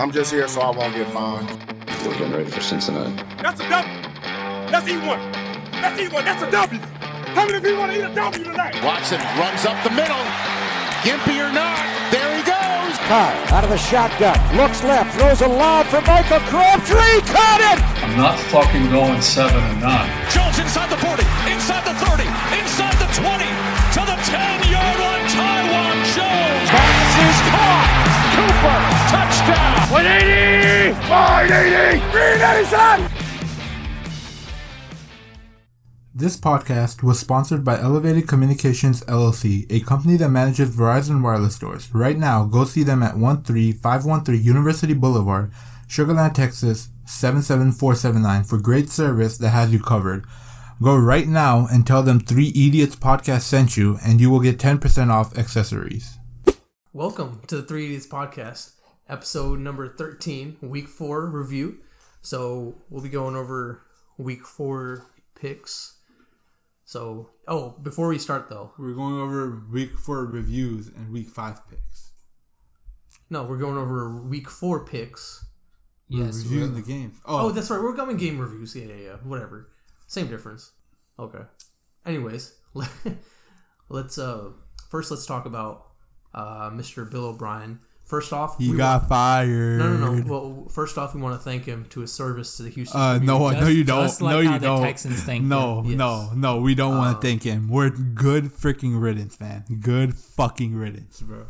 I'm just here so I won't get fined. We're getting ready for Cincinnati. That's a W. Let's eat one. Let's eat one. That's a W. How many of you want to eat a W tonight? Watson runs up the middle. Gimpy or not, there he goes. High out of the shotgun, looks left, throws a lob for Michael Crabtree. Caught it. I'm not fucking going seven and nine. Jones inside the 40, inside the 30, inside the 20, to the 10 yard line. Taiwan Jones. Pass is caught. Cooper touchdown. 180, 180, 387. This podcast was sponsored by Elevated Communications LLC, a company that manages Verizon wireless stores. Right now, go see them at 13513 University Boulevard, Sugarland, Texas 77479 for great service that has you covered. Go right now and tell them 3 Idiots Podcast sent you and you will get 10% off accessories. Welcome to the 380s Podcast, episode number 13, week 4 review. So, we'll be going over week 4 picks. So, oh, before we start though, We're going over week 4 reviews and week 5 picks. no, we're going over week 4 picks. We're Yes. reviewing we're- the games. Oh, Oh, that's right. We're coming game reviews. Yeah, yeah, yeah. Whatever. Same difference. Okay. Anyways, let's uh first let's talk about uh Mr. Bill O'Brien. First off, he we got fired. no, no, no. Well, first off, we want to thank him to his service to the Houston. Uh, community. no, Just- no, you don't. just like no, you how the don't. Texans thank Uh, no, him. no, Yes. no. We don't want to thank him. We're good freaking riddance, man. Good fucking riddance, bro.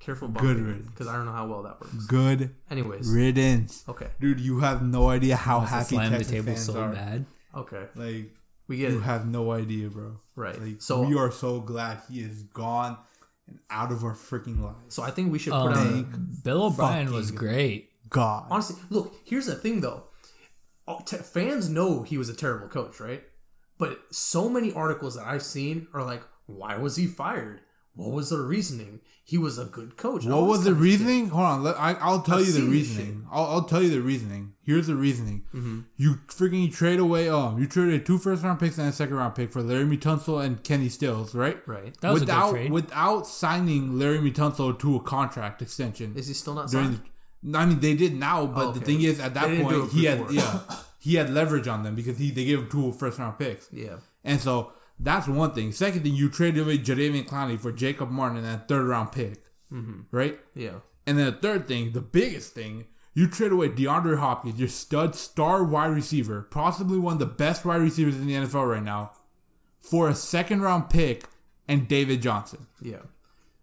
Careful, Good good riddance. because I don't know how well that works. Good Anyways, riddance. okay, Dude, you have no idea how I happy slammed the Texas table fans so are. bad. okay, Like, we get you it. have no idea, bro. Right. Like, So- we are so glad he is gone and out of our freaking lives. So I think we should put out. a- Um, Bill O'Brien was fucking great. God. honestly, look, here's the thing though. Oh, te- fans know he was a terrible coach, right? But so many articles that I've seen are like, why was he fired? What was the reasoning? He was a good coach. What All was this the kind of shit. reasoning? Hold on, let, I, I'll tell I've you the seen this reasoning. I'll, I'll tell you the reasoning. Here's the reasoning. Mm-hmm. You freaking trade away. Um, you traded two first round picks and a second round pick for Larry Tunsil and Kenny Stills, right? Right. That was a good without trade. without signing Larry Tunsil to a contract extension Is he still not during. signed? Oh, The, no, I mean, they did now, but the okay. thing is, at that They didn't do point, it he had before. yeah, he had leverage on them because he they gave him two first round picks. yeah. And so that's one thing. Second thing, you traded away Jadavian Clowney for Jacob Martin and that third round pick, right? Yeah. And then the third thing, the biggest thing, you trade away DeAndre Hopkins, your stud star wide receiver, possibly one of the best wide receivers in the NFL right now, for a second round pick and David Johnson. Yeah.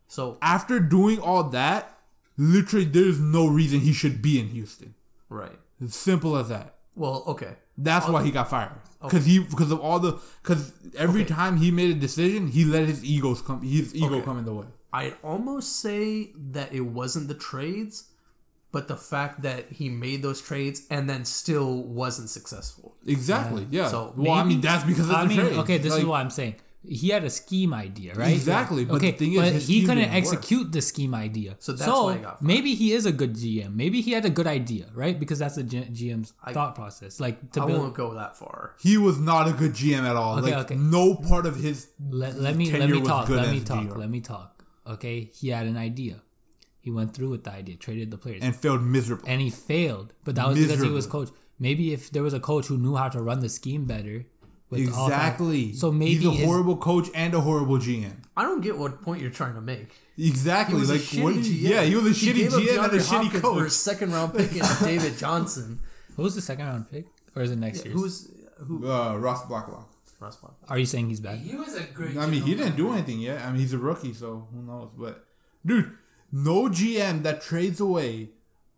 So After doing all that, literally there's no reason he should be in Houston. right. It's simple as that. Well, okay. That's why he got fired. Cause he, because of all the, cause every Okay. time he made a decision, he let his egos come, his ego Okay. come in the way. I'd almost say that it wasn't the trades, but the fact that he made those trades and then still wasn't successful. Exactly. Yeah. So well, I maybe- mean, that's because of I the mean, trade. okay, this is Like, what I'm saying. He had a scheme idea, right? Exactly, but okay, the thing is, but his he scheme couldn't didn't work. execute the scheme idea. So that's so why he got fired. maybe he is a good GM. Maybe he had a good idea, right? Because that's the G- GM's thought process. Like to I build. won't go that far. he was not a good GM at all. Okay, like okay. no part of his Let, let me let tenure me was talk. good Let as me a talk. GM. Let me talk. Okay, he had an idea. He went through with the idea, traded the players, and failed miserably. and he failed. But that was because he was Miserably. coach. Maybe if there was a coach who knew how to run the scheme better. with the offense- exactly. So maybe he's a his- horrible coach and a horrible GM. I don't get what point you're trying to make. Exactly. He was like a shitty what do you- GM. Yeah, he was a He shitty gave up GM and a DeAndre shitty Hopkins For a coach. second round pick and David Johnson, Who was the second round pick, or is it next year? who's who? Uh, Ross Blacklock. Ross Black. Are you saying he's bad? He was a great. I mean, he didn't do anything yet. I mean, he's a rookie, so who knows? But dude, no GM that trades away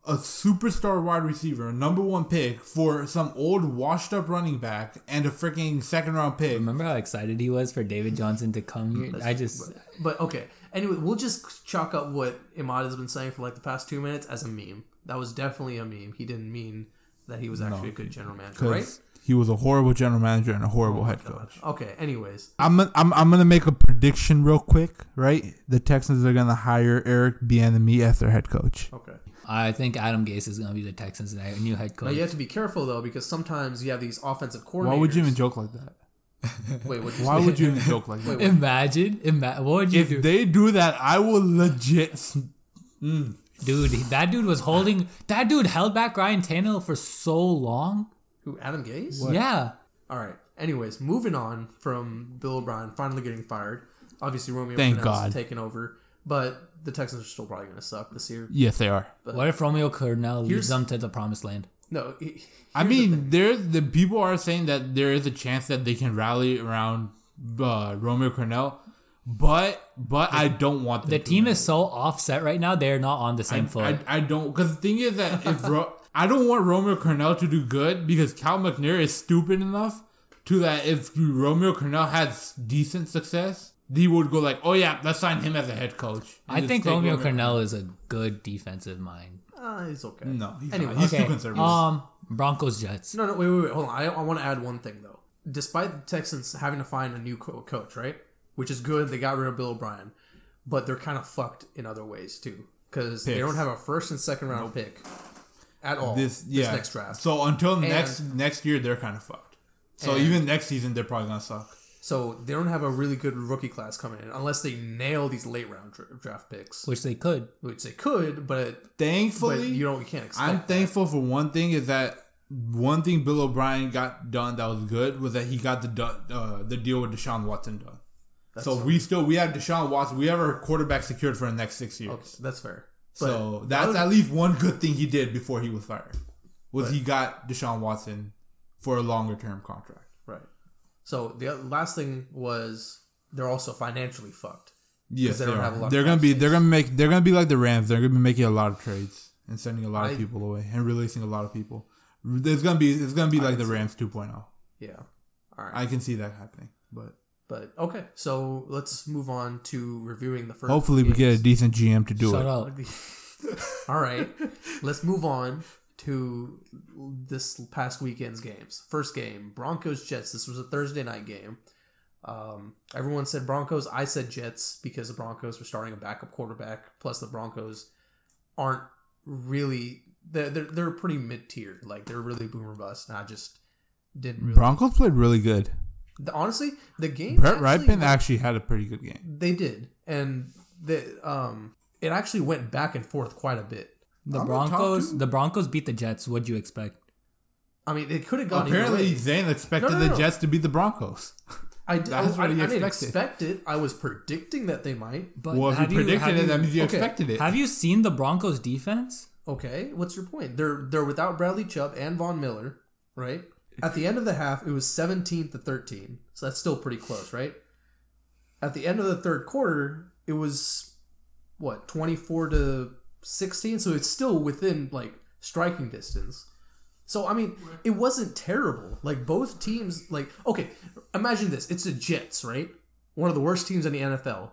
a superstar wide receiver, a number one pick for some old washed up running back and a freaking second round pick. Remember how excited he was for David Johnson to come here? I just But okay. Anyway, we'll just chalk up what Imad has been saying for like the past two minutes as a meme. That was definitely a meme. He didn't mean that he was actually a good general manager, right? he was a horrible general manager and a horrible head coach. Okay. Anyways, I'm gonna, I'm, I'm gonna make a prediction real quick, right? The Texans are gonna hire Eric Bieniemy as their head coach. okay. I think Adam Gase is gonna be the Texans' ni- new head Now coach. you have to be careful though, because sometimes you have these offensive coordinators. Why would you even joke like that? Wait, what? Why would you even joke like that? Imagine, ima- what would you If do? they do that, I will legit. s- Mm, Dude, he- that dude was holding. That dude held back Ryan Tannehill for so long. Who Adam Gase? Yeah. All right. Anyways, moving on from Bill O'Brien finally getting fired. Obviously, Romeo Thank Cornell's God. taken over, but the Texans are still probably going to suck this year. Yes, they are. What if Romeo Cornell Here's- leads them to the promised land? No, he- I mean, there's the people are saying that there is a chance that they can rally around uh, Romeo Cornell, but but I don't want them The to team win. is so offset right now; they're not on the same foot. I, I don't because the thing is that if Ro- I don't want Romeo Cornell to do good because Cal McNair is stupid enough to that if Romeo Cornell has decent success, he would go like, oh yeah, let's sign him as a head coach. and I just think take Romeo Cornell is a good defensive mind. uh, he's okay. No, he's, Anyway, not. he's Okay, too conservative. Um, Broncos Jets. No, no, wait, wait, wait. Hold on. I, I want to add one thing though. Despite the Texans having to find a new co- coach, right? Which is good. They got rid of Bill O'Brien, but they're kind of fucked in other ways too because they Picks. don't have a first and second round pick at all. this yeah next draft. So until next next year, they're kind of fucked. So And- even next season, they're probably gonna suck. So they don't have a really good rookie class coming in unless they nail these late round dra- draft picks, Which they could. which they could, but Thankfully, but you don't you can't expect. I'm that. thankful for one thing is that one thing Bill O'Brien got done that was good was that he got the du- uh, the deal with Deshaun Watson done. so we still we have Deshaun Watson. We have our quarterback secured for the next six years. Okay, that's fair. But so that's at least one good thing he did before he was fired. Was he got Deshaun Watson for a longer term contract? right. So the o- last thing was they're also financially fucked. Yes, they they don't are. have a lot of they're cap gonna be space. they're gonna make they're gonna be like the Rams. They're gonna be making a lot of trades and sending a lot I- of people away and releasing a lot of people. It's gonna be it's gonna be like the Rams 2.0. Yeah. All right. I can see that happening, but but okay, so let's move on to reviewing the first. hopefully we get a games. decent GM to do Shut it. up. All right. Let's move on to this past weekend's games. First game, Broncos Jets. This was a Thursday night game. Um, everyone said Broncos. I said Jets because the Broncos were starting a backup quarterback. Plus, the Broncos aren't really they're they're, they're pretty mid tier. Like they're really boomer bust. And I just didn't really. Broncos played really good. The- honestly, the game. Brett actually- Ripon actually had a pretty good game. They did, and the um, it actually went back and forth quite a bit. The I'm gonna talk Broncos. to- The Broncos beat the Jets. What'd you expect? I mean, it could have gone. either Apparently, way. Zane expected No, no, no. the Jets to beat the Broncos. I, did, I, That's what I- he I didn't expected. expect it. I was predicting that they might. But well, if you have predicted have it, that means you okay, expected it. Have you seen the Broncos defense? Okay, what's your point? They're they're without Bradley Chubb and Von Miller, right? At the end of the half, it was 17 to 13. So that's still pretty close, right? At the end of the third quarter, it was what, 24 to 16, so it's still within like striking distance. So I mean, it wasn't terrible. Like both teams like okay, imagine this. It's the Jets, right? One of the worst teams in the NFL.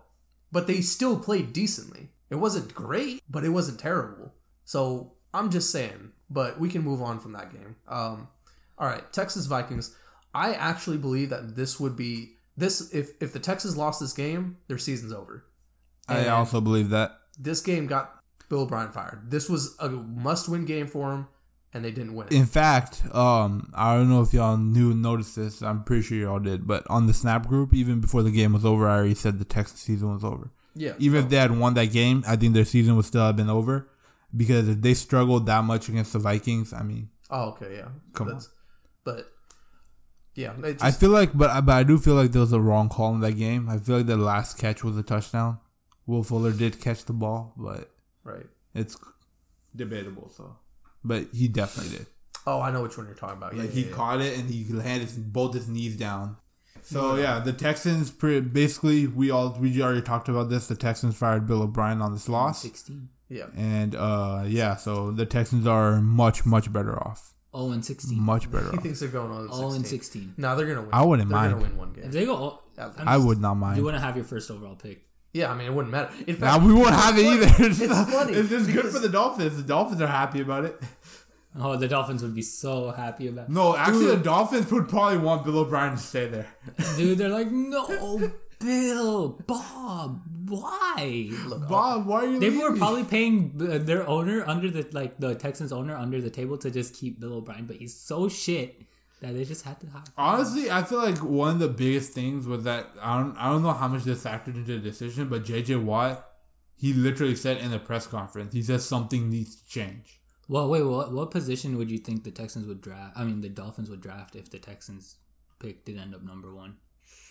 But they still played decently. It wasn't great, but it wasn't terrible. So I'm just saying, but we can move on from that game. Um, all right, Texas Vikings. I actually believe that this would be this if if the Texans lost this game, their season's over. I also believe that. This game got Bill O'Brien fired. This was a must-win game for him, and they didn't win it. In fact, um, I don't know if y'all knew noticed this. I'm pretty sure y'all did, but on the Snap group, even before the game was over, I already said the Texas season was over. yeah, Even if they had won that game, I think their season would still have been over because if they struggled that much against the Vikings, I mean, Oh, okay, yeah. Come on. But yeah, it just, I feel like, but I, but I do feel like there was a wrong call in that game. I feel like the last catch was a touchdown. Will Fuller did catch the ball, but right. it's debatable. So, but he definitely did. Oh, I know which one you're talking about. Yeah, Like yeah, he yeah. caught it and he had his both his knees down. So yeah, the Texans pre- basically we all we already talked about this. The Texans fired Bill O'Brien on this loss, Sixteen. yeah. and uh yeah, so the Texans are much much better off, Oh and sixteen. much better He off. thinks they're going on. Oh 16. and sixteen. No, they're gonna win. I wouldn't they're mind. Gonna win one If game. they go, oh, At I'm I just- would not mind. You wouldn't have your first overall pick. Yeah, I mean, it wouldn't matter. In fact, Nah, we won't have it either. It's, It's funny. just good because- for the Dolphins. The Dolphins are happy about it. Oh, the Dolphins would be so happy about. No, actually, the Dolphins would probably want Bill O'Brien to stay there. Dude, they're like, no, Bill, Bob, why? Bob, why are you? Uh, They leaving? were probably paying uh, their owner under the like the Texans owner under the table to just keep Bill O'Brien, but he's so shit that they just had to hire. Honestly, I feel like one of the biggest things was that I don't I don't know how much this factored into the decision, but JJ Watt He literally said in the press conference, he says something needs to change. Well, wait, what what position would you think the Texans would draft? I mean, the Dolphins would draft if the Texans pick did end up number one.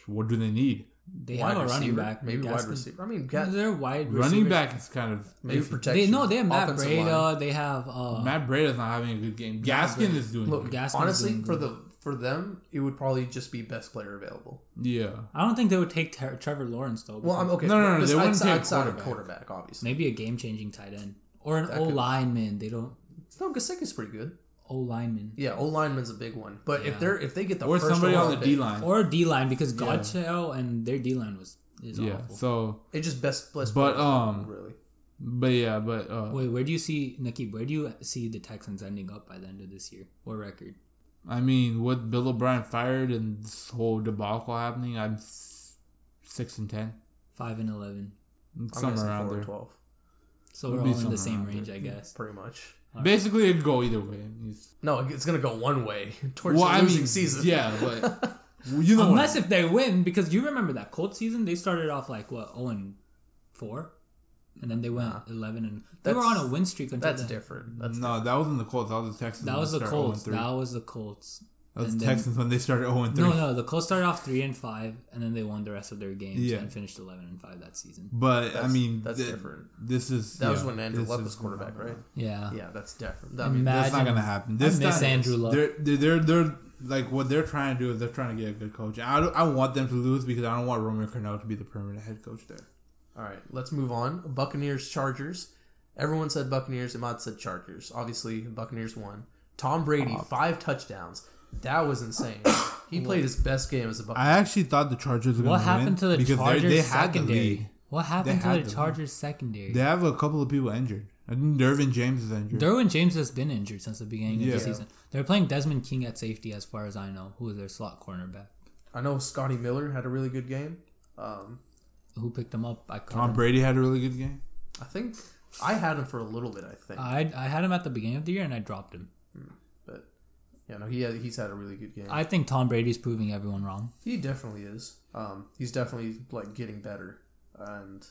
What do they need? They Wide have a running receiver, back, maybe wide Gaskin- receiver. I mean, Yeah, got, They're wide Running receiver. back is kind of maybe iffy. protection. They no, they have Matt offensive Breda. line. They have uh, Matt Breda's not having a good game. Gaskin is doing Look, good. Gaskin's honestly, doing for good. the for them, it would probably just be best player available. Yeah. I don't think they would take Ter- Trevor Lawrence though. Well, I'm because okay. No, no, no, bes- they wouldn't outside, take outside of quarterback. quarterback, obviously. maybe a game changing tight end or an That O could- lineman. They don't No, Gasicki's pretty good. O lineman Yeah, O lineman's a big one, but if they're if they get the Or first somebody overall on the D pick, line. or D line because Godchell and their D line was is yeah. awful. So it's just best best. But, player um, really, but yeah, but uh Wait, where do you see Nikki? Where do you see the Texans ending up by the end of this year? What record? I mean, with Bill O'Brien fired and this whole debacle happening, I'm s- six and ten, Five and eleven. I'm somewhere guessing around four there. and twelve, So It'll we're be all in somewhere the same around range, I guess. pretty much. Basically, it'd go either way. He's- No, it's gonna go one way towards Well, the I losing mean, season. yeah, but you know, Unless what? if they win, because you remember that Colts season, they started off like what zero and four, and then they went eleven and they were on That's- a win streak until that's then. different. That's no, that wasn't the Colts. That was the Texans. That when was they the started Colts. 0-3. That was the Colts. That was and the then- Texans when they started zero and three. No, no, the Colts started off three and five, and then they won the rest of their games Yeah. and finished eleven and five that season. But I That's- mean, that's thi- different. This is that was yeah, when Andrew this Luck is was quarterback, right? Yeah, Yeah, that's different. I mean, Imagine- That's not gonna happen. This miss time, Andrew Luck. They're, they're they're they're- like what they're trying to do is they're trying to get a good coach. I don't- I want them to lose because I don't want Romeo Cornell to be the permanent head coach there. all right, let's move on. Buccaneers, Chargers. Everyone said Buccaneers. Ahmad said Chargers. Obviously, Buccaneers won. Tom Brady, five touchdowns. That was insane. He played his best game as a Buccaneer. I actually thought the Chargers were going What to happened to the Chargers secondary? lead. what happened to had the the lead. Chargers secondary? They have a couple of people injured. I think Dervin James is injured. Derwin James has been injured since the beginning Mm. Yeah. of the season. They're playing Desmond King at safety, as far as I know, who is their slot cornerback. I know Scotty Miller had a really good game. Um, Who picked him up? I caught Tom him. Brady had a really good game. I think I had him for a little bit. I think, Uh, I I had him at the beginning of the year and I dropped him. but yeah, no, he had, he's had a really good game. I think Tom Brady's proving everyone wrong. he definitely is. Um, he's definitely like getting better, and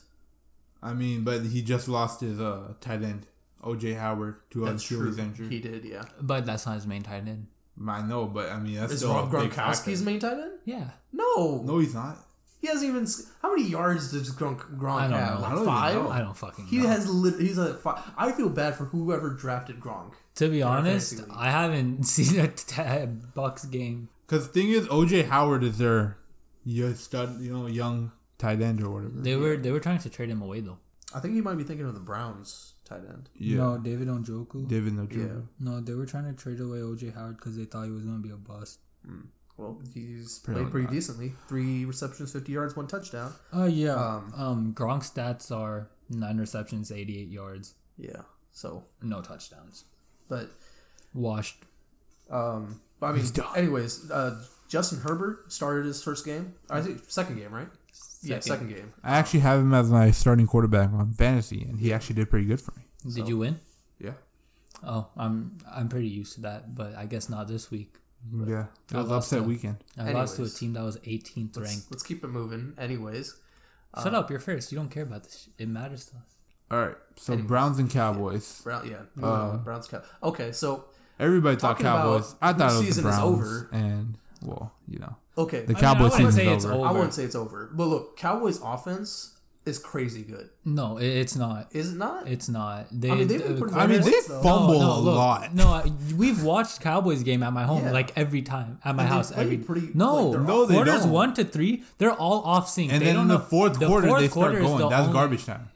I mean, but he just lost his uh, tight end, OJ Howard, to other that's people true. he's injured. He did, yeah. But that's not his main tight end. I know, but I mean, that's Is still Rob a big factor. Gronkowski's main tight end? Yeah. No. No, he's not. He hasn't even. s- How many yards does Gronk, Gronk I don't have? know. Like I don't even five. know. I don't fucking He know. has. Lit- he's a. Five. I feel bad for whoever drafted Gronk. to be honest, fantasy league. I haven't seen a t- Bucks game. Because thing is, OJ Howard is their young stud, you know, young tight end or whatever. They were they were trying to trade him away though. I think you might be thinking of the Browns tight end. yeah, David Onjoku. David no yeah. no, they were trying to trade away OJ Howard because they thought he was going to be a bust. Well, he's Probably played pretty not. decently. Three receptions, fifty yards, one touchdown. Oh yeah. Um, Um, Gronk's stats are nine receptions, eighty-eight yards, Yeah. So, no touchdowns. but Washed. um, but I mean, anyways, uh, Justin Herbert started his first game. I think second game, right? Yeah, second game. I actually have him as my starting quarterback on fantasy, and he actually did pretty good for me. Did you win? Yeah. Oh, I'm I'm pretty used to that, but I guess not this week. Yeah. It was lost upset him. weekend. I lost to a Anyways. team that was 18th ranked. Let's uh, keep it moving. Anyways, Shut up, you're first. You don't care about this. Shit. It matters to us. All right. So Browns and Cowboys. Brown. Yeah, moving on. Browns. Cow- Okay, so Everybody thought Talking about Cowboys. I thought it was the preseason is Browns. over. And well, you know, okay, the I Cowboys wouldn't season's say it's over. over. I wouldn't say it's over, but look, Cowboys offense is crazy good. No, it, it's not. Is it not? It's not. They, I mean, they've been the- putting I mean, they Yes, though. fumble no, a look, lot. No, I- we've watched Cowboys game at my home Yeah. like every time at my And they house play every. pretty- no, like, they're No, all- they quarters don't. one to three, they're all off sync. and They then don't in the know- fourth quarter, fourth they start quarter is going. the That's only- garbage time.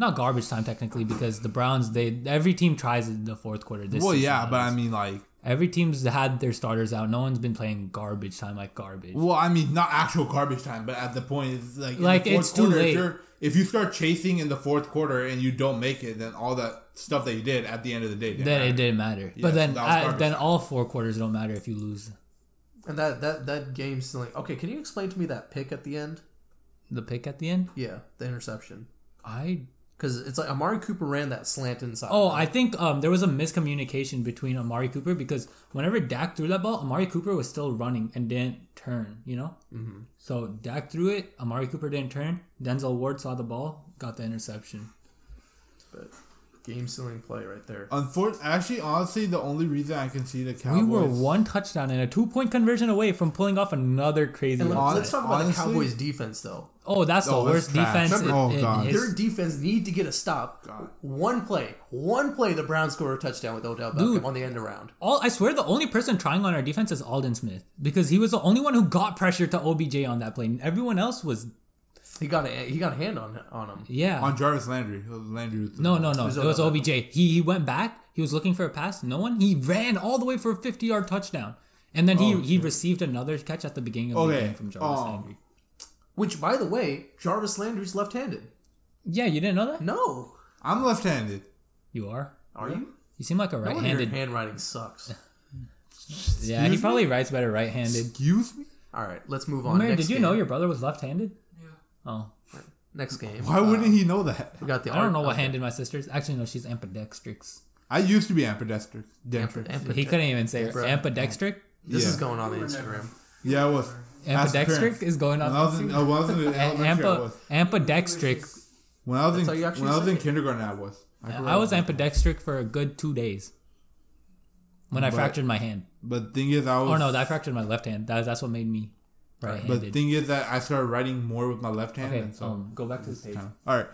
Not garbage time technically because the Browns they every team tries it in the fourth quarter. This Well, season, yeah, at but I least. mean, like, every team's had their starters out. No one's been playing garbage time like garbage. well, I mean, not actual garbage time, but at the point, it's like, in Like, the fourth it's too quarter, if late. you're- If you start chasing in the fourth quarter and you don't make it, then all that stuff that you did at the end of the day, didn't Then matter. it didn't matter. Yeah, but then that was I, garbage then time. all four quarters don't matter if you lose and that that that game's still like okay. Can you explain to me that pick at the end? the pick at the end. Yeah, the interception. I Because it's like Amari Cooper ran that slant inside. oh I think um there was a miscommunication between Amari Cooper because whenever Dak threw that ball, Amari Cooper was still running and didn't turn. You know, mm-hmm. so Dak threw it. Amari Cooper didn't turn. Denzel Ward saw the ball, got the interception. but game sealing play right Uh, there. Unfor- actually, honestly, the only reason I can see the We Cowboys. were one touchdown and a two point conversion away from pulling off another crazy. And let- upset. let's talk about honestly- the Cowboys defense though. oh, that's Oh, the that's worst trash. defense. in, Oh, in God. his- Their defense need to get a stop. One play, one play, the Browns score a touchdown with Odell Beckham Dude. on the end around. all I swear the only person trying on our defense is Alden Smith because he was the only one who got pressure to OBJ on that play. And everyone else was He got a he got a hand on on him. yeah. on Jarvis Landry. It was Landry with the- no, no, no. It was was Odell OBJ. He he went back. He was looking for a pass. No one. He ran all the way for a 50 yard touchdown. And then he, he received another catch at the beginning of the Oh, Okay, game from Jarvis um, Landry. Which, by the way, Jarvis Landry's left-handed. Yeah, you didn't know that? No, I'm left-handed. You are. are you? You seem like a No right wonder your handed. handwriting sucks. yeah, he probably writes better right handed. Excuse me. All right, let's move on. Mary, Next did you game. know your brother was left handed? Oh, next game? Uh, Uh, Why wouldn't he know that? We got the. I don't know Ar- what handed my sister's. Actually, no, she's ambidextrous. I used to be ambidextrous. Amper- Dexter. Amper- He couldn't even say it. ambidextric. This Yeah. is going on the Instagram. Yeah, I was. Ask Ambidextric parents. is going When I on. was in, I was in elementary. I Ampa, was. ambidextric. When I was how in, you actually when I was say in it. kindergarten, I was. I, grew I up. was ambidextric for a good two days when I fractured my hand. But thing is, I was. Oh no, I fractured my left hand. That, that's what made me But right-handed. thing is that I started writing more with my left hand, okay, and so um, go back to the page. all right.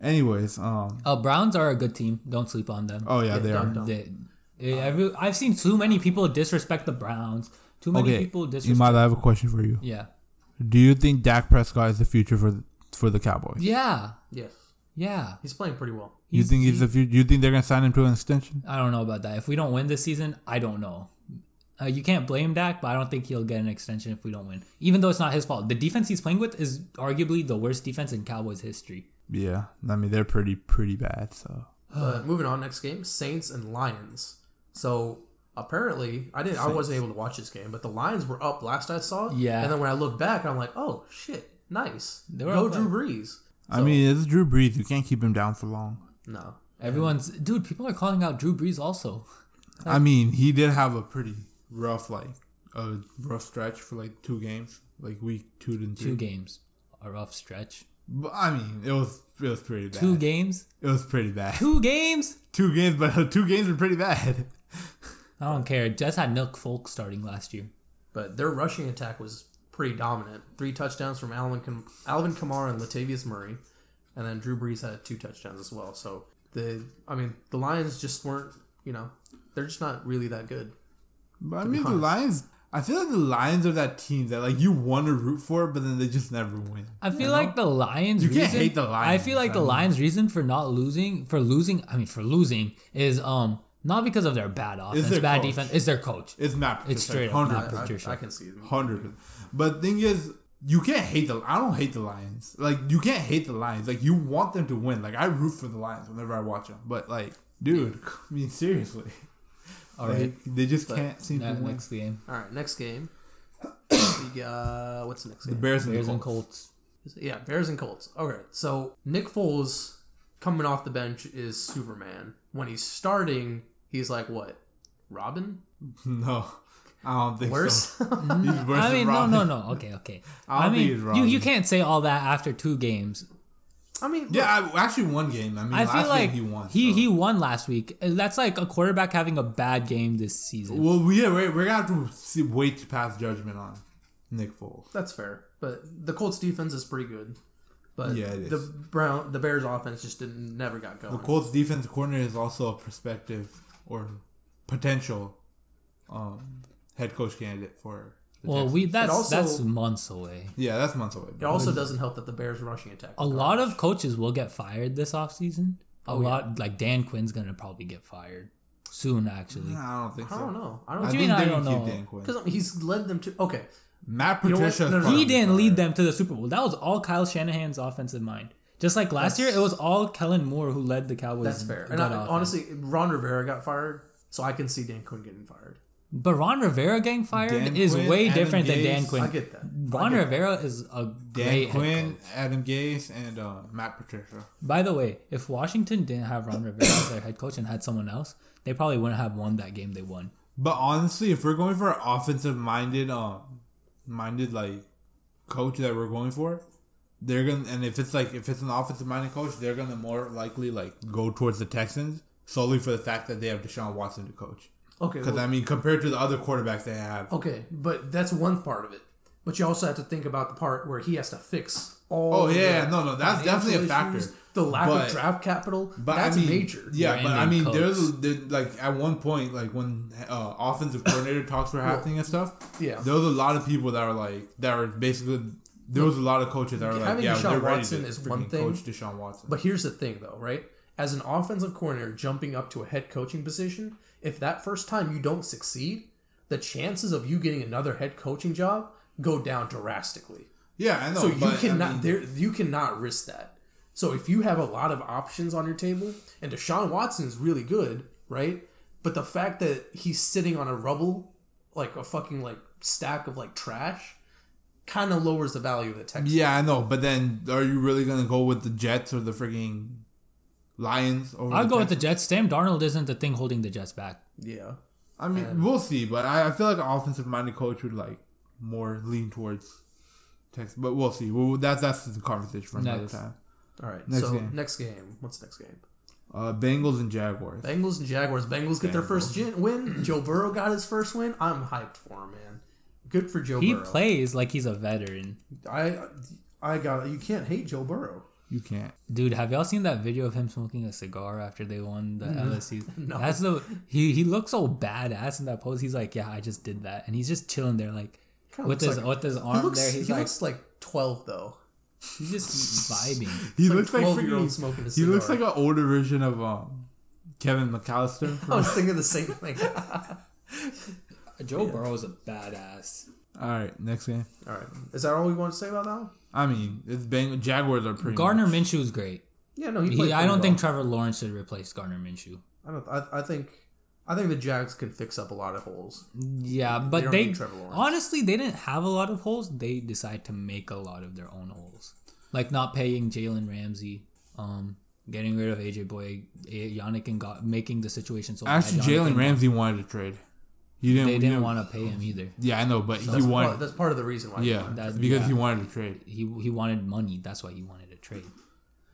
Anyways, um, Uh, Browns are a good team. Don't sleep on them. oh yeah, they are. don't. They- they- every- I've seen too many people disrespect the Browns. Too many Okay, people disrespect. Imad, I have a question for you. yeah, Do you think Dak Prescott is the future for the, for the Cowboys? yeah, Yes, yeah. he's playing pretty well. you think he's the future? You think they're gonna sign him to an extension? I don't know about that. If we don't win this season, I don't know. Uh, you can't blame Dak, but I don't think he'll get an extension if we don't win. Even though it's not his fault. The defense he's playing with is arguably the worst defense in Cowboys history. Yeah, I mean they're pretty pretty bad. So But Uh, moving on, next game: Saints and Lions. So apparently, I didn't. I wasn't able to watch this game, but the Lions were up last I saw. Yeah. And then when I look back, I'm like, oh shit, nice. They were Go up Drew Brees. I mean it's Drew Brees. You can't keep him down for long. No, Everyone's dude, people are calling out Drew Brees also. I mean he did have a pretty rough like a rough stretch for like two games, like week two and three. Two games. A rough stretch. But, I mean it was it was pretty bad. Two games? It was pretty bad. Two games? two games, but two games were pretty bad. I don't care. Jets had Nick Folk starting last year. but their rushing attack was pretty dominant. Three touchdowns from Alvin, Kam- Alvin Kamara and Latavius Murray, and then Drew Brees had two touchdowns as well. So the, I mean, the Lions just weren't, you know, they're just not really that good. But I mean the Lions. I feel like the Lions are that team that like you want to root for, but then they just never win. I feel like the Lions. You can't reason- hate the I Lions, feel like I the mean. Lions' reason for not losing, for losing, I mean, for losing, is um not because of their bad offense, their bad coach. defense, is their coach. It's not. It's straight up hundred not percent. Patricia. I can see them. hundred. But thing is, you can't hate the. I don't hate the Lions. Like you can't hate the Lions. Like you want them to win. Like I root for the Lions whenever I watch them. But like, dude, I mean seriously, All like, right, they just can't seem that to win. next game, All right, next game. we got what's the next The game? Bears, Bears and and Colts. Colts. Yeah, Bears and Colts. Okay, so Nick Foles coming off the bench is Superman. When he's starting, he's like what? Robin? No, I don't think Worse? so. He's worse I than mean, no, Robin. no, no. Okay, okay. I I, don't think mean, he's you, wrong. you can't say all that after two games. I mean, look, Yeah, I, actually, one game. I mean, I last feel like game he won. he, so. he won last week. That's like a quarterback having a bad game this season. Well, we we're, we're gonna have to see, wait to pass judgment on Nick Foles. That's fair, but the Colts defense is pretty good. But Yeah, it the is. Brown the Bears offense just didn't never got going. The Colts defense corner is also a prospective or potential um, head coach candidate for. the Well, Texans. we that's also- that's months away. yeah, that's months away. it also doesn't help that the Bears rushing attack. A lot of coaches will get fired this offseason. A lot, like Dan Quinn's gonna probably get fired soon. Actually, I don't think so. I don't know. I I don't do think you they mean I would don't keep know? Dan Quinn. because he's led them to okay. Matt know what? Patricia. No, no, is no. he probably didn't fired. lead them to the Super Bowl. That was all Kyle Shanahan's offensive mind. Just like last year, it was all Kellen Moore who led the Cowboys. That's fair. And that I, offense. honestly, Ron Rivera got fired, so I can see Dan Quinn getting fired. but Ron Rivera getting fired Dan is Quinn, way Adam different than Gase. Dan I Quinn. get that. Ron Rivera is a Dan great head Quinn, coach. Adam Gase, and uh, Matt Patricia. By the way, if Washington didn't have Ron Rivera as their head coach and had someone else, they probably wouldn't have won that game they won. But honestly, if we're going for an offensive minded, um, minded like coach that we're going for, they're gonna and if it's like if it's an offensive minded coach, they're gonna more likely like go towards the Texans solely for the fact that they have Deshaun Watson to coach. Okay. Because well- I mean, compared to the other quarterbacks they have, Okay, but that's one part of it. But you also have to think about the part where he has to fix all. Oh, of yeah, the no, no, that's definitely a financial factor. the lack But- of draft capital, but that's I mean, major. Yeah, but I Brandon mean, Cooks. there's, there- like at one point, like when uh, offensive coordinator talks were happening and stuff. yeah. there was a lot of people that were like that were basically there was a lot of coaches that were like, Having yeah, Deshaun they're ready Watson to is one freaking thing, Coach Deshaun Watson, But here's the thing, though, right? As an offensive coordinator jumping up to a head coaching position, if that first time you don't succeed, the chances of you getting another head coaching job go down drastically. yeah, I know. So you but, I cannot mean, there you cannot risk that. So if you have a lot of options on your table, and Deshaun Watson is really good, right? But the fact that he's sitting on a rubble, like a fucking like stack of like trash, kind of lowers the value of the Texans. Yeah, I know, but then are you really gonna go with the Jets or the freaking Lions? Over I'll go with the Texans? Jets. Sam Darnold isn't the thing holding the Jets back. Yeah. I mean, we'll see, but I, I feel like an offensive-minded coach would like more lean towards Texas, but we'll see. Well, that's that's the conversation for another Next. time. All right. Next so game. next game. What's the next game? Uh, Bengals and Jaguars. Bengals and Jaguars. Bengals get their first gin- win. Joe Burrow got his first win. I'm hyped for him, man. Good for Joe He Burrow. plays like he's a veteran. I I got you can't hate Joe Burrow. You can't. Dude, have y'all seen that video of him smoking a cigar after they won the LSU? No. That's the he he looks so badass in that pose. He's like, yeah, I just did that, and he's just chilling there, like Kinda with looks his like- with his He arm looks, there. he He's like looks like 12 though. he's just vibing. He like looks like 12-year-old freaking, smoking a He looks like cigar. an older version of um, Kevin McAllister. I was thinking the same thing. Joe Burrow's a badass. All right, next game. All right. Is that all we want to say about that one? I mean, it's Beng- Jaguars are pretty. Gardner much- Minshew's great. Yeah, no, he He, played I pretty don't well. think Trevor Lawrence should replace Gardner Minshew. I don't I, I think I think the Jags can fix up a lot of holes. Yeah, but don't they, need Trevor Lawrence. honestly they didn't have a lot of holes. They decide to make a lot of their own holes, like not paying Jalen Ramsey, um, getting rid of AJ Boy, Yannick and got, making the situation so. bad. Actually, Yannick Jalen and- Ramsey wanted to trade. He didn't. They he didn't want to pay him either. Yeah, I know, but he That's, part, wanted. that's part of the reason why. he yeah, won. That's- because he yeah. wanted to trade. He he wanted money. That's why he wanted to trade.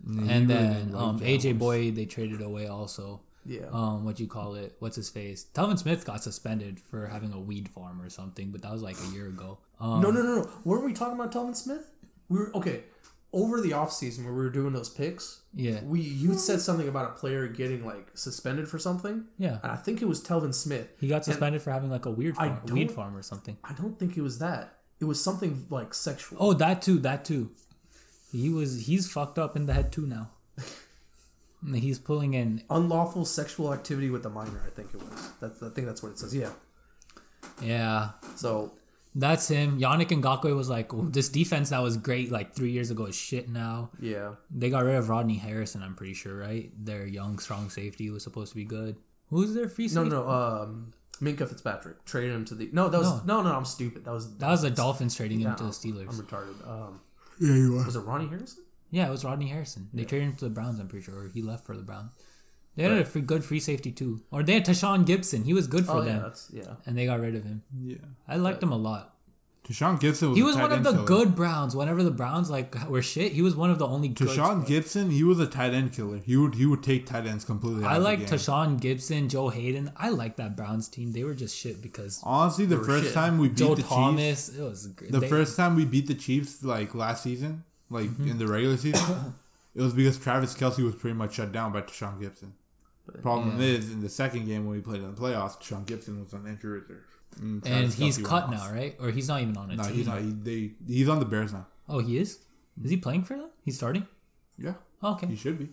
Mm, and then um, AJ Boy they traded away also. Yeah. Um, what you call it? What's his face? Telvin Smith got suspended for having a weed farm or something, but that was like a year ago. Um, no, no, no, no. Weren't we talking about Telvin Smith? We were okay. Over the offseason where we were doing those picks, Yeah. we you said something about a player getting like suspended for something. Yeah. And I think it was Telvin Smith. He got suspended for having like a weird I farm, weed don't- farm or something. I don't think it was that. It was something like sexual. Oh, that too, that too. He was he's fucked up in the head too now. And he's pulling in unlawful sexual activity with a minor. I think it was. That's I think that's what it says. Yeah. yeah. So That's him. Yannick Ngakwe was like, "Oh, this defense that was great like three years ago is shit now. yeah, They got rid of Rodney Harrison, I'm pretty sure, right? Their young, strong safety was supposed to be good. Who's their free no, safety? no. Um, Minka Fitzpatrick traded him to the. No, that was no, no. I'm stupid. That was That was the Dolphins trading him to the I'm Steelers. retarded. Um, Yeah, you are. was it Ronnie Harrison? Yeah, it was Rodney Harrison. They traded him to the Browns, I'm pretty sure. Or he left for the Browns. They had a free, good free safety too. Or they had Tashawn Gibson. He was good for Oh yeah, them. that's yeah. and they got rid of him. Yeah, I liked him a lot. Deshaun Gibson. Was He a was tight one of end the killer. good Browns. Whenever the Browns like were shit, he was one of the only good. Deshaun Gibson, he was a tight end killer. He would he would take tight ends completely. Out I of the like game. Tashawn Gibson, Joe Hayden. I like that Browns team. They were just shit because Honestly, the first shit. time we beat Joe the Chiefs, Thomas. It was great. the They- first time we beat the Chiefs like last season, like Mm-hmm. in the regular season, it was because Travis Kelsey was pretty much shut down by Deshaun Gibson. Problem is, in the second game when we played in the playoffs, Deshaun Gibson was on injury reserve, Mm, and Travis he's Kelce cut went now, off. right? Or he's not even on a No, team. he's not. He, they he's on the Bears now. Oh, he is. Is he playing for them? He's starting. Yeah, he Okay. should be.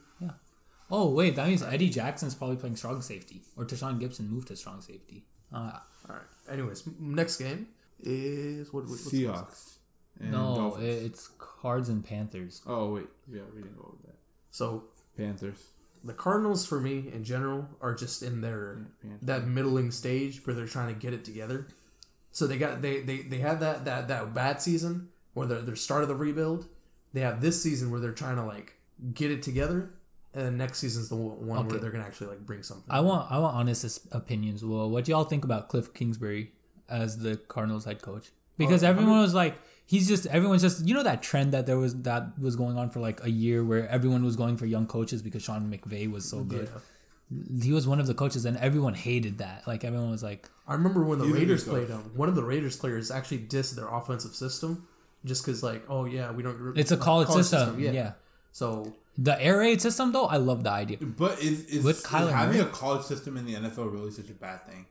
Oh wait, that means Eddie Jackson's probably playing strong safety, or Tashawn Gibson moved to strong safety. Uh, All right. Anyways, m- next game is what? what Seahawks. And no, Dolphins. it's Cards and Panthers. oh wait, yeah, we didn't go over that. So Panthers. the Cardinals, for me in general, are just in their that middling stage where they're trying to get it together. So they got they they, they had that that that bad season where they're they're start of the rebuild. They have this season where they're trying to like get it together, and then next season's the one one where Okay. they're gonna actually like bring something. I want I want honest as- opinions. Well, what do y'all think about Cliff Kingsbury as the Cardinals head coach? because everyone was like he's just everyone's just you know that trend that there was that was going on for like a year where everyone was going for young coaches because Sean McVay was so good. He was one of the coaches and everyone hated that. Like everyone was like I remember when the Neither Raiders does. played him. One of the Raiders players actually dissed their offensive system, just because like, oh yeah, we don't. it's a college, system. Yeah. So The air raid system though, I love the idea. But is, is, With is Kyler having Murray? a college system in the NFL really such a bad thing?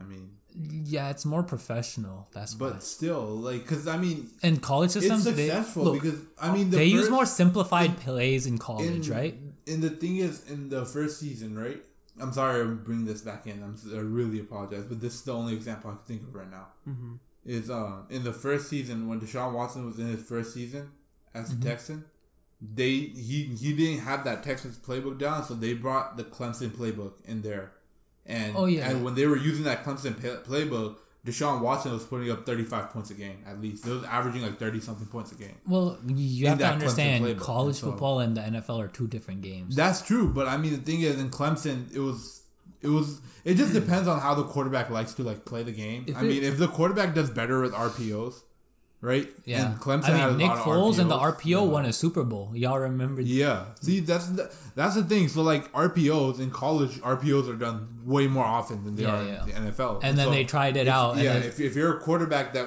I mean, Yeah, it's more professional. That's but why. still, like, because I mean, And college it's systems successful they, look, because I mean, the they use first- more simplified plays in college, right? And the thing is, in the first season, right? I'm sorry, I'm bringing this back in. I'm, si really apologize, but this is the only example I can think of right now. Mm-hmm. Is um in the first season when Deshaun Watson was in his first season as Mm-hmm. a Texan, they he he didn't have that Texans playbook down, so they brought the Clemson playbook in there, and Oh, yeah. and when they were using that Clemson pay- playbook. Deshaun Watson was putting up 35 points a game at least. They was averaging like 30 something points a game. Well, you have to that Clemson understand playbook, college so- football and the NFL are two different games. That's true, but I mean the thing is in Clemson it was it was it just depends on how the quarterback likes to like play the game. If I it- mean if the quarterback does better with RPOs, right? yeah, And Clemson I had a mean Nick lot of Foles and the RPOs, RPO won a Super Bowl. Y'all remember? Yeah. See that's the, that's the thing. So like RPOs in college, RPOs are done way more often than they Yeah, are yeah. in the NFL. and then so- they tried it Oh, out. yeah, and then, if, if you're a quarterback that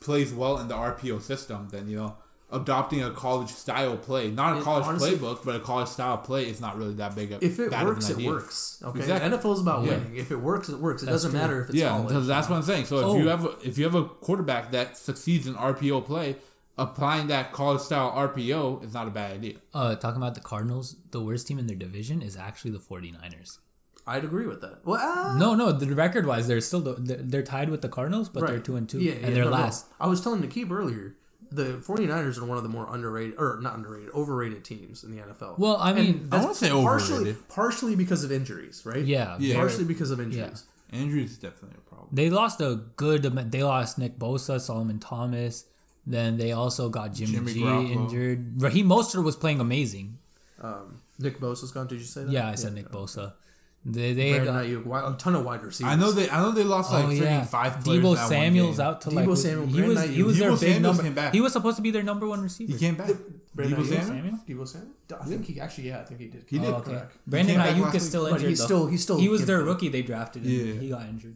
plays well in the RPO system, then you know adopting a college style play, not a It- college honestly- playbook, but a college style play is not really that big. Of, if it bad of an works, it idea. works. Okay, Exactly. NFL is about Yeah. winning. If it works, it works. It doesn't true. matter if it's Yeah, college. because that's what I'm saying. So if Oh. you have a, if you have a quarterback that succeeds in RPO play, applying that college style RPO is not a bad idea. uh, talking about the Cardinals, the worst team in their division is actually the 49ers. I'd agree with that. Well, ah, No, no, the record wise, they're still the, they're, they're tied with the Cardinals, but they're right. two and two, Yeah, yeah, and they're no, no. last. I was telling Nikib earlier. The 49ers are one of the more underrated, or not underrated, overrated teams in the NFL. Well, I mean, And I that's wouldn't say partially, overrated. partially because of injuries, right? Yeah, Yeah. partially because of injuries. Injury is definitely a problem. They lost a good. amount- They lost Nick Bosa, Solomon Thomas. Then they also got Jimmy, Jimmy G Garoppolo. injured. Raheem Mostert was playing amazing. Nick Bosa's gone. Did you say that? Yeah, I said Nick uh, Bosa. They they Brandon got, Ayuk, wi- a ton of wide receivers. I know they I know they lost like oh yeah, freaking five players. Debo that one Samuel's game. out to Debo like Samuel, he Brandon was Ayuk. he was their Debo big Samuel number. came back. He was supposed to be their number one receiver. He came back. Brandon Debo Ayuk? Samuel? Debo Samuel? I think he actually, yeah, I think he did. He did. Oh, okay. Correct. Brandon He came back Ayuk last is week. still But injured. he's though. still- he's still he was good, their though. rookie. They drafted. him. Yeah. he got injured.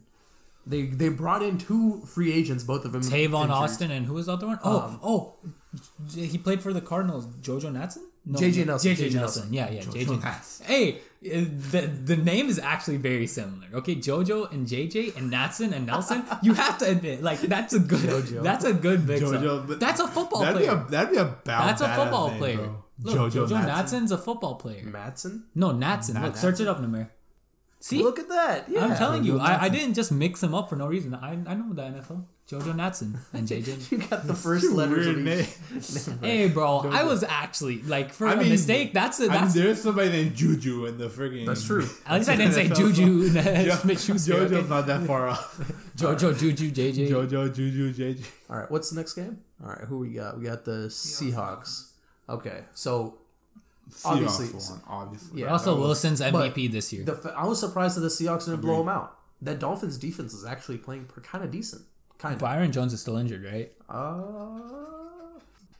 They they brought in two free agents, both of them. Tavon injured. Austin and who was the other one? Mm-hmm. Oh, oh, J- he played for the Cardinals. Jojo Natson? No, JJ Nelson, JJ JJ Nelson. Nelson. Yeah, yeah. JJ. Natson. Hey, uh, the the name is actually very similar. Okay, Jojo and JJ and Natson and Nelson. you have to admit, like that's a good. That's a good mix Jojo, but- That's a football that'd player. Be a, that'd be a bad. that's a badass football name, player. bro. Look, Jojo, Natson. Natson's a football player. Matson. No, Natson. Look, search it up, Namir. See, Look at that. Yeah. Ah, I'm telling you, I, I didn't just mix them up for no reason. I, I know the NFL. Jojo Natson and JJ. You got the first letters Weird of name. each. Hey, bro, I was actually like for I a mean- mistake. That's a, I mean, that's. there's somebody named Juju in the freaking. That's true. at least I didn't say Juju Smith Schuster. Jojo's Jojo, not that far off. Jojo, Juju, JJ. Jojo, Juju, JJ. All right, what's the next game? All right, who we got? We got the Seahawks. Okay, so Obviously. Seahawks won, obviously. Yeah. Russell Wilson's but MVP this year. the fa- I was surprised that the Seahawks didn't blow them out. That Dolphins defense is actually playing kind of decent. Kind of. Byron Jones is still injured, right? Uh,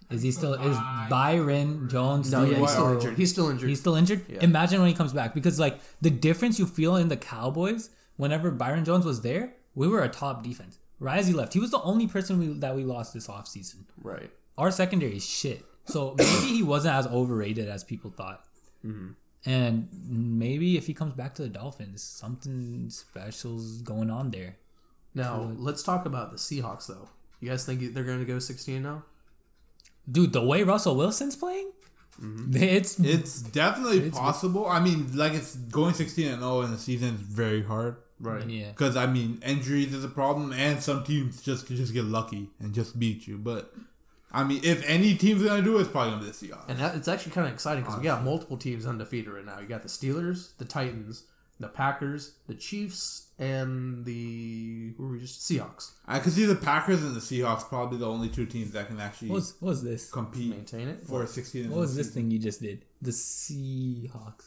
Is he still? Is Byron Jones? no, still yeah, he's still injured? injured. He's still injured. He's still injured. Imagine when he comes back, because like the difference you feel in the Cowboys whenever Byron Jones was there, we were a top defense. Right as he left, he was the only person we, that we lost this offseason. right. our secondary is shit. So maybe he wasn't as overrated as people thought. Mm-hmm. And maybe if he comes back to the Dolphins, something special's going on there. Now let's talk about the Seahawks, though. You guys think they're going to go 16 now? Dude, the way Russell Wilson's playing, Mm-hmm. it's It's definitely possible. I mean, like it's going 16 and 0 in the season is very hard. Right. Yeah. Because I mean, injuries is a problem, and some teams just could just get lucky and just beat you. But I mean, if any team's gonna do it, it's probably gonna be the Seahawks. And that, it's actually kind of exciting because we got multiple teams undefeated right now. You got the Steelers, the Titans, the Packers, the Chiefs, and the who were we just Seahawks. I could see the Packers and the Seahawks probably the only two teams that can actually what was, what was this? compete Maintain it. for a 16. and What was 0 this season. thing you just did? The Seahawks.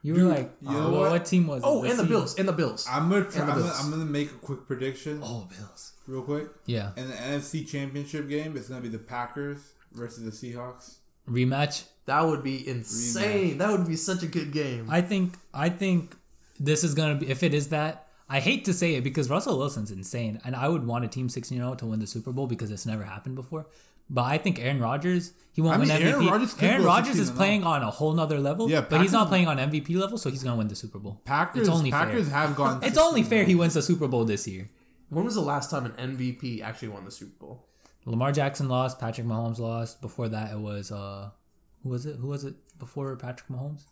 You were like, you know oh, well, what? what? team was? it? Oh, Let's and the see. Bills. And the Bills. I'm gonna try, And the I'm, gonna, Bills. I'm gonna make a quick prediction Oh, Bills. real quick. Yeah. In the NFC Championship game, it's gonna be the Packers versus the Seahawks. Rematch. That would be insane. That would be such a good game. I think. I think this is gonna be. If it is that, I hate to say it because Russell Wilson's insane, and I would want a team sixteen year old to win the Super Bowl because it's never happened before. But I think Aaron Rodgers, he won't I mean, win MVP. Aaron Aaron Rodgers Rodgers, could go 16 is and playing on a whole nother level. Yeah, but he's Packers- not playing on MVP level, so he's gonna win the Super Bowl. Packers. It's only Packers fair. have gone. It's only fair he wins the Super Bowl this year. when was the last time an MVP actually won the Super Bowl? Lamar Jackson lost. Patrick Mahomes lost. Before that, it was uh, who was it? Who was it before Patrick Mahomes?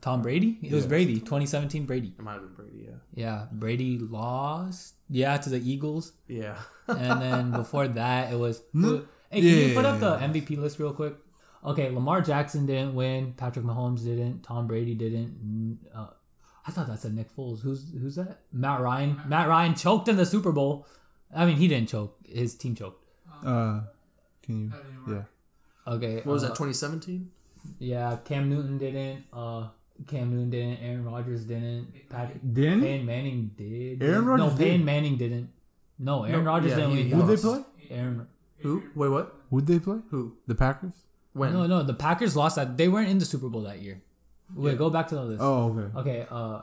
Tom Brady. It was Brady. 2017 Brady. It might have been Brady. Yeah. Yeah, Brady lost. Yeah, to the Eagles. Yeah. And then before that, it was. Hey, can you put up the MVP list real quick? Okay, Lamar Jackson didn't win. Patrick Mahomes didn't. Tom Brady didn't. N- Uh, I thought that said Nick Foles. Who's who's that? Matt Ryan. Matt Ryan choked in the Super Bowl. I mean, he didn't choke. His team choked. Uh, can you? Yeah. Okay. What was that? uh, 2017. Yeah, Cam Newton didn't. Uh, Cam Newton didn't. Aaron Rodgers didn't. Pat, Didn't? Peyton Manning did. Aaron No, Rodgers Payne did. Manning didn't. No, Aaron No, Rodgers yeah, didn't. he- win. he Who'd they lost. Aaron. Who? Wait, what? Would they play Who? the Packers? When? No, no, the Packers lost that. They weren't in the Super Bowl that year. Wait, go back to the list. Oh, okay. Okay. Uh.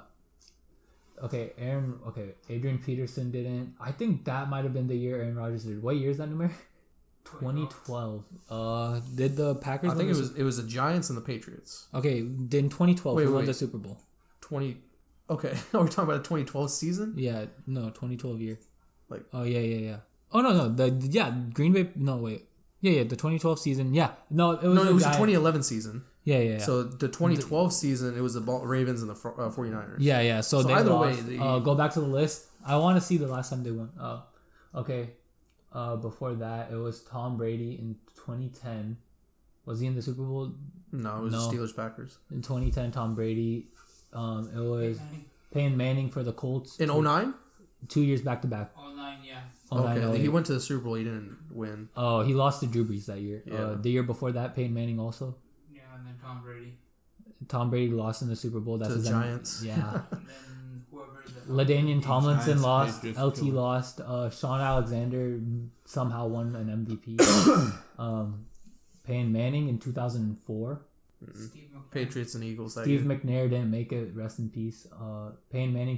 Okay, Aaron. Okay, Adrian Peterson didn't. I think that might have been the year Aaron Rodgers did. What year is that number? Twenty twelve. Uh, did the Packers? I think it win the was it was the Giants and the Patriots. Sup- Okay, did in twenty twelve Wait, we wait, won the wait. Super Bowl? 20. Okay, are we talking about a 2012 season? Yeah, no, 2012 year. Like- oh yeah, yeah, yeah. Oh no, no, the yeah, Green Bay. No, wait. Yeah, yeah, the 2012 season. Yeah, no, it was No, it was the guy- 2011 season. Yeah, yeah, yeah. So the 2012 season, it was the Bal- Ravens and the Fro- uh, 49ers. yeah, yeah. So, So they either way, lost. the- uh, go back to the list. I want to see the last time they won. Oh, okay. Uh, before that, it was Tom Brady in 2010. Was he in the Super Bowl No, it was No. the Steelers Packers in 2010? Tom Brady. Um, it was Peyton Manning for the Colts in 09? two years back to back. Oh nine, yeah. Okay, he went to the Super Bowl. He didn't win. Oh, he lost to Drew Brees that year. Yeah. Uh, the year before that, Peyton Manning also. Yeah, and then Tom Brady. Tom Brady lost in the Super Bowl. That's To the his Giants. Yeah. And then whoever the Ladainian Tomlinson Giants lost. played just LT killed. lost. Uh, Sean Alexander somehow won an MVP. um, Peyton Manning in 2004. Steve McNair. Patriots and Eagles. That Steve year. McNair didn't make it. Rest in peace. Uh, Peyton Manning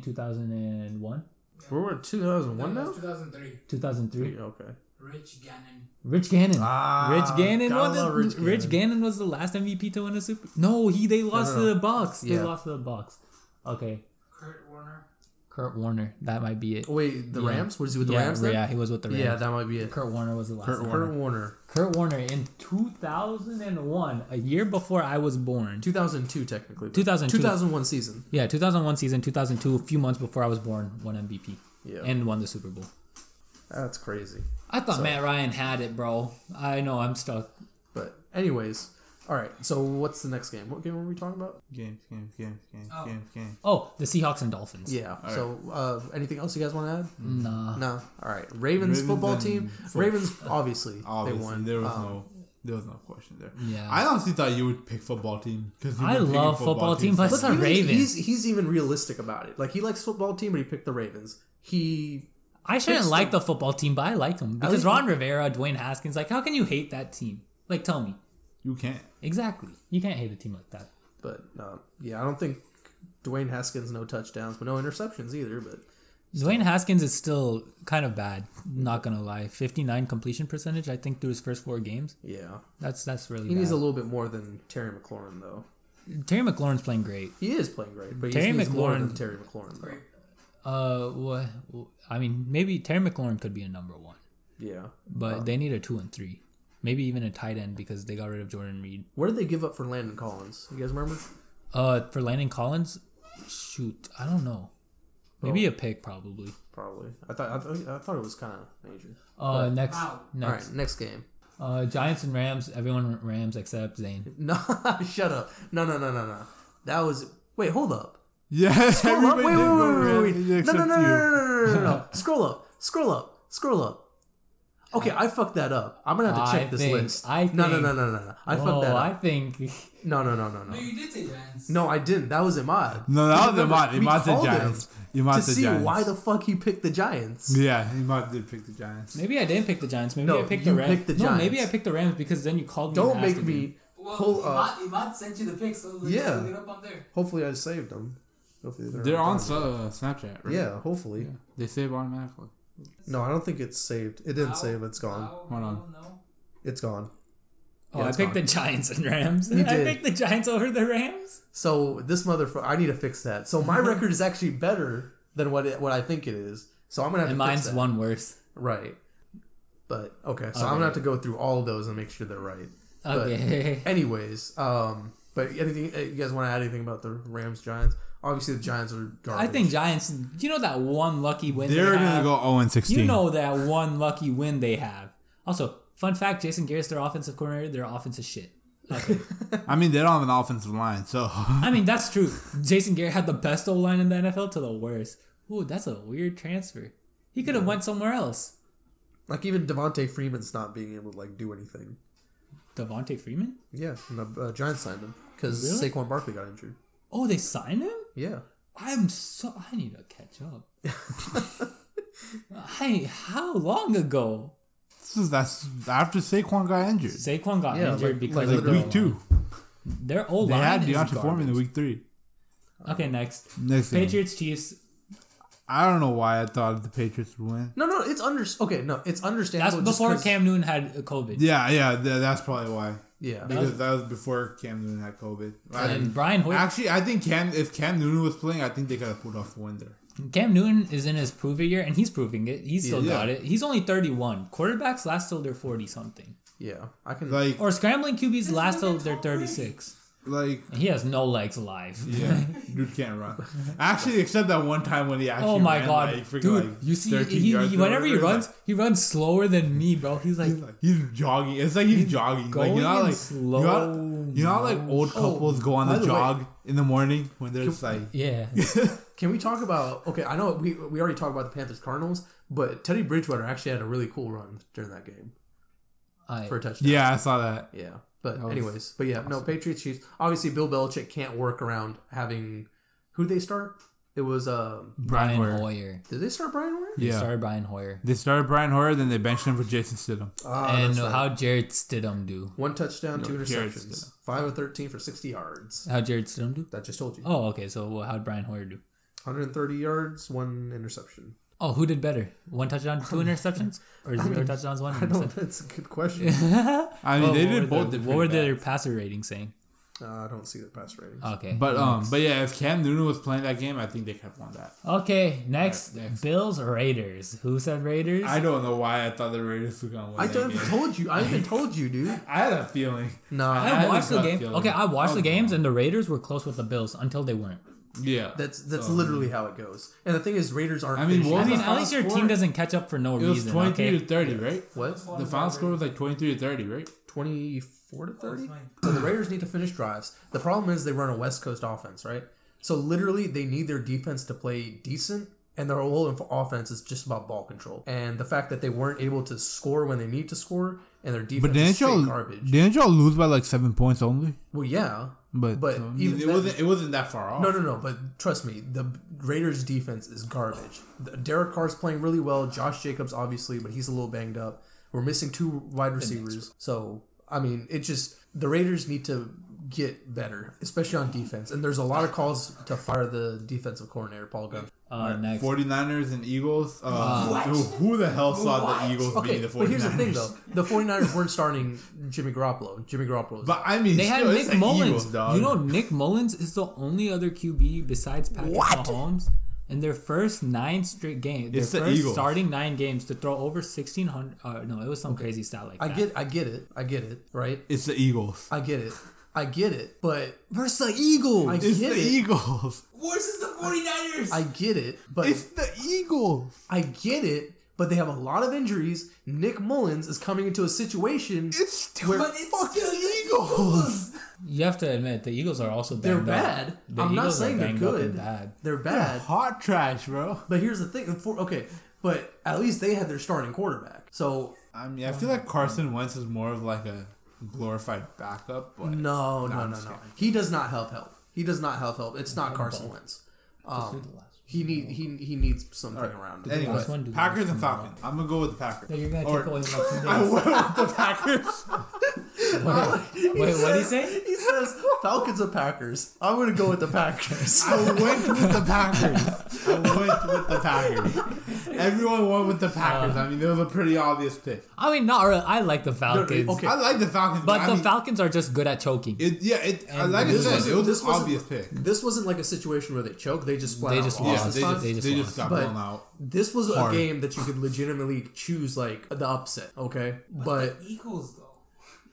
2001. We're in 2001 That now? was 2003. 2003. Okay. Rich Gannon. Rich Gannon. Rich Gannon gotta won the, love Ah, Rich, Rich Gannon. was the last MVP to win a Super. No, he they lost to the Bucks. They Yeah. lost to the Bucks. Okay, Kurt Warner. Kurt Warner. That might be it. Wait, the Yeah. Rams? Was he with the yeah, Rams then? yeah, he was with the Rams. Yeah, that might be it. Kurt, Kurt Warner was the last. one. Warner. Kurt Warner in 2001, a year before I was born. 2002, technically. but- 2002. 2001 season. Yeah, 2001 season, 2002, a few months before I was born, won MVP Yeah. and won the Super Bowl. That's crazy. I thought Matt Ryan had it, bro. I know I'm stuck. But, anyways. All right, so what's the next game? What game were we talking about? Games, games, games, games, games, games. Oh, the Seahawks and Dolphins. Yeah. So, uh, anything else you guys want to add? Nah. No. All right. Ravens, Ravens football and team. fo- Ravens, obviously, Obviously, they won. There was Um, no, there was no question there. Oh. Yeah. I honestly thought you would pick football team because I love football team, but it's He not was- He's Ravens. he's even realistic about it. Like he likes football team, but he picked the Ravens. He I shouldn't It's like the football team, but I like them because least- Ron Rivera, Dwayne Haskins, like, how can you hate that team? Like, tell me. you can't. Exactly. You can't hate a team like that. But um, yeah, I don't think Dwayne Haskins no touchdowns, but no interceptions either. But Dwayne Haskins is still kind of bad. Not gonna lie, fifty nine completion percentage. I think through his first four games, yeah, that's that's really he bad. needs a little bit more than Terry McLaurin though. Terry McLaurin's playing great. He is playing great, but Terry he needs more McLaurin- than Terry McLaurin though. Uh, what? I mean, maybe Terry McLaurin could be a number one, Yeah. but they need a two and three, maybe even a tight end because they got rid of Jordan Reed. What did they give up for Landon Collins? You guys remember? Uh, for Landon Collins, shoot, I don't know. Maybe a pick probably. Probably. I thought I, th- I thought it was kind of major. Uh, next, All next, right, next game. uh, Giants and Rams. Everyone went Rams except Zane. No, shut up. No, no, no, no, no. That was wait. Hold up. Yeah, Scroll up. Wait, wait, wait, wait, wait. No, Except no, no, no, you. no, no, no, no, no. Scroll up. Scroll up. Scroll up. Okay, I fucked that up. I'm gonna have to I check this think- list. I no, no, think- no, no, no, no. I Whoa, fucked that up. I think. No, no, no, no, no. No, you did say Giants. No, I didn't. That was Imad. No, that was Remember, Imad. we Imad's the called him Giants. Imad's to the see Giants. why the fuck he picked the Giants. Yeah, he might did pick the Giants. Maybe I didn't pick the Giants. Maybe No, I picked you the Rams. picked the No, maybe I Giants. picked the Rams because then you called me. Don't and make asked me Well, pull Imad, up. Imad sent you the pics, so look, Yeah. look it up on there. Hopefully, I saved them. Hopefully they're, They're on time. uh, Snapchat, right? Yeah, hopefully. They save automatically. No, I don't think it's saved. It didn't save. It's gone. Ow, Hold on. No, no. It's gone. Oh, Yeah, I it's picked gone. the Giants and Rams. You I did. picked the Giants over the Rams. So this motherfucker, I need to fix that. So my record is actually better than what it, what I think it is. So I'm gonna have And to fix mine's that. one worse. right. But okay, so I'm gonna have to go through all of those and make sure they're right. But Okay. anyways, um, but anything uh, you guys want to add anything about the Rams Giants? Obviously, the Giants are I garbage. think Giants. You know that one lucky win. They're they gonna have? go 0 and 16. You know that one lucky win they have. Also, fun fact: Jason Garrett's their offensive coordinator. Their offense is shit. I mean, they don't have an offensive line, so I mean, that's true. Jason Garrett had the best O line in the NFL to the worst. Ooh, that's a weird transfer. He could have went somewhere else. like even Devontae Freeman's not being able to like do anything. Devontae Freeman. Yeah, and the uh, Giants signed him because Really? Saquon Barkley got injured. Oh, they signed him. Yeah. I'm so. I need to catch up. I how long ago this is that's after Saquon got injured. Saquon got Yeah, injured like- because like of Like their week O-line. two, Their old they line had is Deontay Foreman in garbage. week three. Okay, next Next thing, Patriots Chiefs. I don't know why I thought the Patriots would win. No, no, it's under. Okay, no, it's That's understandable. just before 'cause- Cam Newton had uh, COVID. Yeah, yeah, th- that's probably why. Yeah. Because that was before Cam Newton had COVID. And I- Brian Hoyer, Actually, I think Cam if Cam Newton was playing, I think they could have pulled off a win there. Cam Newton is in his prove it year, and he's proving it. He's still Yeah. got it. He's only 31. Quarterbacks last till they're 40 something, Yeah, I can. Like, or scrambling QBs last till they're 36. like, And he has no legs alive. yeah, dude can't run. Actually, except that one time when he actually Oh my ran, god, like, freaking, dude! like, you see, 13 he, yards he- or whenever he whatever, runs, he runs slower than me, bro. He's like, He's, like, he's jogging. It's like he's, jogging. Like you going know, in like slow Oh, you know, you know how, like old couples go on by the, the jog in the morning when they're just like yeah, Can we talk about? Okay, I know we we already talked about the Panthers Cardinals, but Teddy Bridgewater actually had a really cool run during that game I, for a touchdown. yeah, I saw that. yeah. But was anyways, but yeah, no Patriots Chiefs. Obviously, Bill Belichick can't work around having who they start. It was uh, Brian Brian Hoyer. Hoyer. did they start Brian Ware? They Yeah. started Brian Hoyer, They started Brian Hoyer, then they benched him for Jason Stidham. Ah, and that's right. how Jared Stidham do? one touchdown, two Jared interceptions, five of thirteen for sixty yards. How Jared Stidham do? That just told you. Oh, okay. So well, how would Brian Hoyer do? 130 yards, one interception. Oh, who did better? One touchdown, two interceptions, or zero touchdowns, one I interception? don't. That's a good question. I mean, Oh, they what did were both. the- did What were pretty bad. their passer ratings saying? Uh, I don't see the pass rating. Okay. But um, but yeah, if Cam Newton was playing that game, I think they could have won that. okay, next, Alright, next. Bills Raiders. Who said Raiders? I don't know why I thought the Raiders were gonna win. I that done game. told you. I even told you, dude. I had a feeling. Nah, I I had watched a the gut game. feeling. Okay, I watched the Okay. games, and the Raiders were close with the Bills until they weren't. Yeah, that's that's literally how it goes. And the thing is, Raiders aren't. I mean, finishing what I was mean, the at least final your score? team doesn't catch up for no it was reason. twenty three Okay. to thirty, right? what The final score was like twenty three to thirty, right? 24 to 30. So the Raiders need to finish drives. The problem is they run a West Coast offense, right? So literally, they need their defense to play decent. And their whole inf- offense is just about ball control, and the fact that they weren't able to score when they need to score, and their defense is straight garbage. didn't y'all lose by like seven points only? well, yeah, But But um, even it then- wasn't it wasn't that far off. No, no, no. But trust me, the Raiders' defense is garbage. The- Derek Carr's playing really well. Josh Jacobs, obviously, but he's a little banged up. We're missing two wide receivers. So, I mean, it just the Raiders need to get better, especially on defense. And there's a lot of calls to fire the defensive coordinator, Paul Gunn. Uh, next. 49ers and Eagles. Uh, who, who the hell saw the Eagles Okay, beating the 49ers? but here's the thing, though. The 49ers weren't starting Jimmy Garoppolo. Jimmy Garoppolo. But I mean, They had still, it's Nick the Mullins. Eagles, dog. You know, Nick Mullins is the only other QB besides Patrick Mahomes in their first nine straight games. Their It's the first Eagles. starting nine games to throw over sixteen hundred. Uh, no, it was some crazy stat like I that. get, I get it. I get it. Right? it's the Eagles. I get it. I get it. But versus the Eagles. I It's get the it. Eagles. Worse is the 49ers. I get it. But It's the Eagles. I get it, but they have a lot of injuries. Nick Mullins is coming into a situation It's still where but it's still the Eagles. You have to admit the Eagles are also They're banged bad. Up. The I'm not Eagles are saying they're banged up and good. Bad. They're bad. hot trash, bro. But here's the thing. For, okay, but at least they had their starting quarterback. So I mean, I feel like Carson Wentz is more of like a glorified backup. But Nah, No, no, I'm no, just no. kidding. He does not help help. He does not help help. It's not Carson Wentz. Um, he need he he needs something Alright, around. him. Anyways, Packers and Falcons. I'm gonna go with the Packers. No, you're gonna Or- take away my two I days. went with the Packers. Wait, what did he say? He says Falcons and Packers. I'm gonna go with the Packers. I went with the Packers. I went with the Packers. Everyone went with the Packers. I mean, it was a pretty obvious pick. I mean, not really. I like the Falcons. okay. I like the Falcons, but but I the mean- Falcons are just good at choking. It, yeah, it. I And like I this said, wasn't- it was this an wasn't- obvious pick. This wasn't like a situation where they choked. They just flat They out just lost. lost. this They time. just- they just They just got But blown out. This was Hard. a game that you could legitimately choose like the upset. Okay, but Eagles though.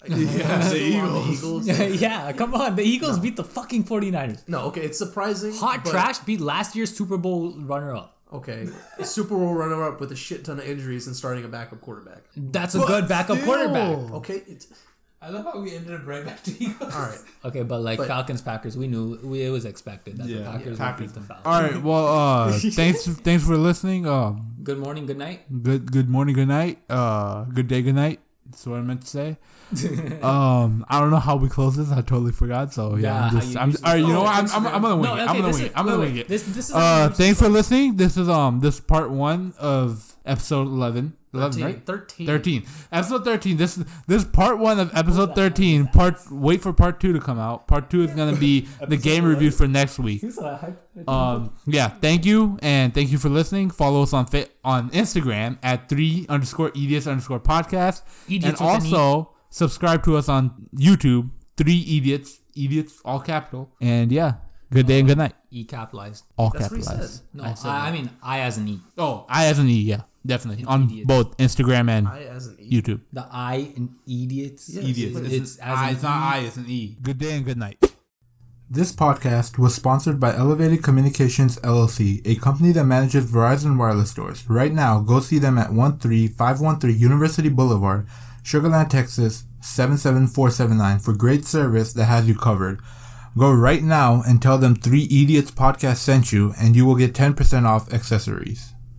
Yeah, the Eagles. Eagles. yeah, come on. The Eagles beat the fucking 49ers. No, okay, it's surprising. Hot but- trash beat last year's Super Bowl runner up. Okay, a Super Bowl runner-up with a shit ton of injuries and starting a backup quarterback. That's a good backup quarterback. Okay, it's, I love how we ended up right back to Eagles. all right. Okay, but like But- Falcons, Packers, we knew we, it was expected that the Yeah, Packers would Packers. beat the Falcons. All right. Well, uh, thanks, thanks for listening. Um, Good morning, good night. good, good morning, good night. Uh, good day, good night. That's what I meant to say. um, I don't know how we close this. I totally forgot. So yeah, Yeah, I'm just, how I'm, you all right. You usually- know what? I'm, Oh, I'm, I'm gonna wing No, it. okay, I'm gonna this wing is- it. I'm gonna wait, wing wait, it. This, this is Uh, thanks for listening. This is um, this is part one of episode 11. 11, right? 13. 13 episode 13 this this is part one of episode 13 part wait for part two to come out part two is gonna be the game review for next week um yeah thank you and thank you for listening follow us on fa- on instagram at three underscore eds underscore podcast and Idiots with an E. also subscribe to us on youtube three E idiots idiots all capital and yeah good day and good night E capitalized. all That's what he capitalized said. No, Oh, I I, said I mean I as an E. oh i as an e yeah definitely on idiot. both instagram and I as an E. youtube The I in idiots. Yes. idiots It's, It's it's as I, an it's not E. I. It's an E. good day and good night This podcast was sponsored by Elevated Communications LLC, a company that manages Verizon wireless stores. Right now, go see them at 13513 University Boulevard, Sugarland, Texas 77479 for great service that has you covered. Go right now and tell them 3 Idiots Podcast sent you and you will get 10% off accessories.